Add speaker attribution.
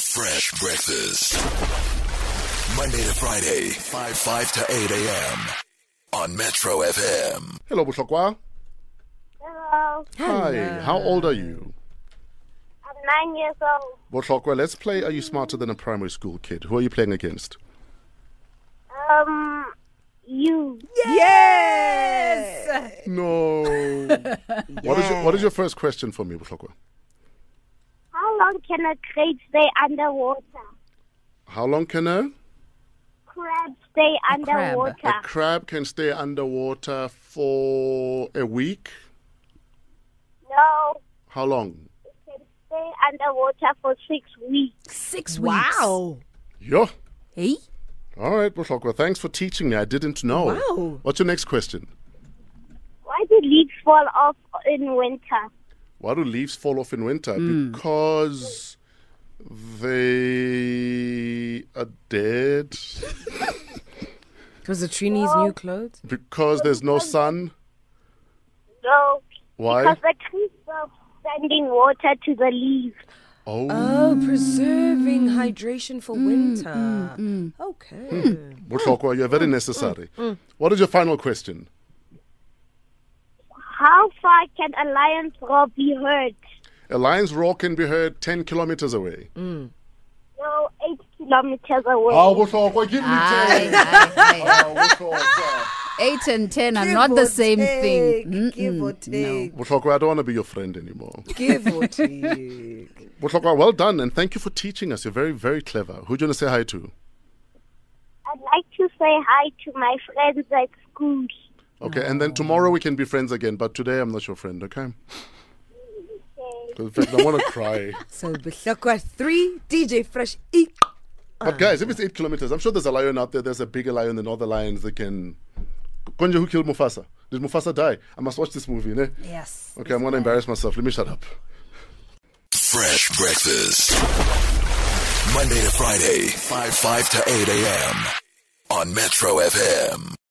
Speaker 1: Fresh breakfast. Monday to Friday, 5 5 to 8 a.m. on Metro FM.
Speaker 2: Hello, Bushokwa.
Speaker 3: Hello,
Speaker 2: Hi, how old are you?
Speaker 3: I'm nine years old.
Speaker 2: Bushokwa, let's play Are You Smarter Than a Primary School Kid? Who are you playing against?
Speaker 3: Um, you.
Speaker 4: Yes!
Speaker 2: No. What, is your, what is your first question for me, Bushokwa?
Speaker 3: How long can a crab stay underwater?
Speaker 2: How long can a,
Speaker 3: Crab stay
Speaker 4: crab.
Speaker 3: underwater.
Speaker 2: a crab can stay underwater for a week?
Speaker 3: No,
Speaker 2: How long?
Speaker 3: can stay underwater for six weeks.
Speaker 4: Six Eh? weeks.
Speaker 5: Wow.
Speaker 2: Yo.
Speaker 4: Hey?
Speaker 2: All right, Bushokwa, thanks for teaching me. I didn't know.
Speaker 4: Wow.
Speaker 2: What's your next question?
Speaker 3: Why do leaves fall off in winter?
Speaker 2: Why do leaves fall off in winter? Because they are dead.
Speaker 5: Because the tree needs new clothes.
Speaker 2: Because there's no sun.
Speaker 3: No,
Speaker 2: Why?
Speaker 3: because the trees stop sending water to the leaves.
Speaker 2: Oh,
Speaker 5: Oh, preserving hydration
Speaker 4: Mm,
Speaker 5: for winter. Okay.
Speaker 4: Hmm,
Speaker 2: Bushokwa, you're very necessary. What is your final question?
Speaker 3: How far can a lion's roar be heard?
Speaker 2: A lion's roar can be heard 10 kilometers away.
Speaker 3: No, eight kilometers away.
Speaker 2: Oh, Bushokwa, give me 10.
Speaker 4: Aye, aye, aye.
Speaker 2: Oh, Bushokwa.
Speaker 4: Eight and ten are
Speaker 5: Give
Speaker 4: not
Speaker 5: or
Speaker 4: the same
Speaker 5: take,
Speaker 4: thing. Mm-mm,
Speaker 5: Give or take.
Speaker 2: Bushokwa, I don't want to be your friend anymore.
Speaker 5: Give or take.
Speaker 2: Bushokwa, well done and thank you for teaching us. You're very, very clever. Who do you want to say hi to?
Speaker 3: I'd like to say hi to my friends at school.
Speaker 2: Okay, and then tomorrow we can be friends again, but today I'm not your friend, okay?
Speaker 3: Okay.
Speaker 2: 'Cause In fact, I want to cry.
Speaker 5: So, Bihlokwa 3, DJ Fresh E.
Speaker 2: But guys, if it's eight kilometers, I'm sure there's a lion out there. There's a bigger lion than other lions that can. Konje, who killed Mufasa? Did Mufasa die? I must watch this movie, ne?
Speaker 4: Yes.
Speaker 2: Okay, I'm gonna embarrass myself. Let me shut up.
Speaker 1: Fresh breakfast. Monday to Friday, 5 5 to 8 a.m. on Metro FM.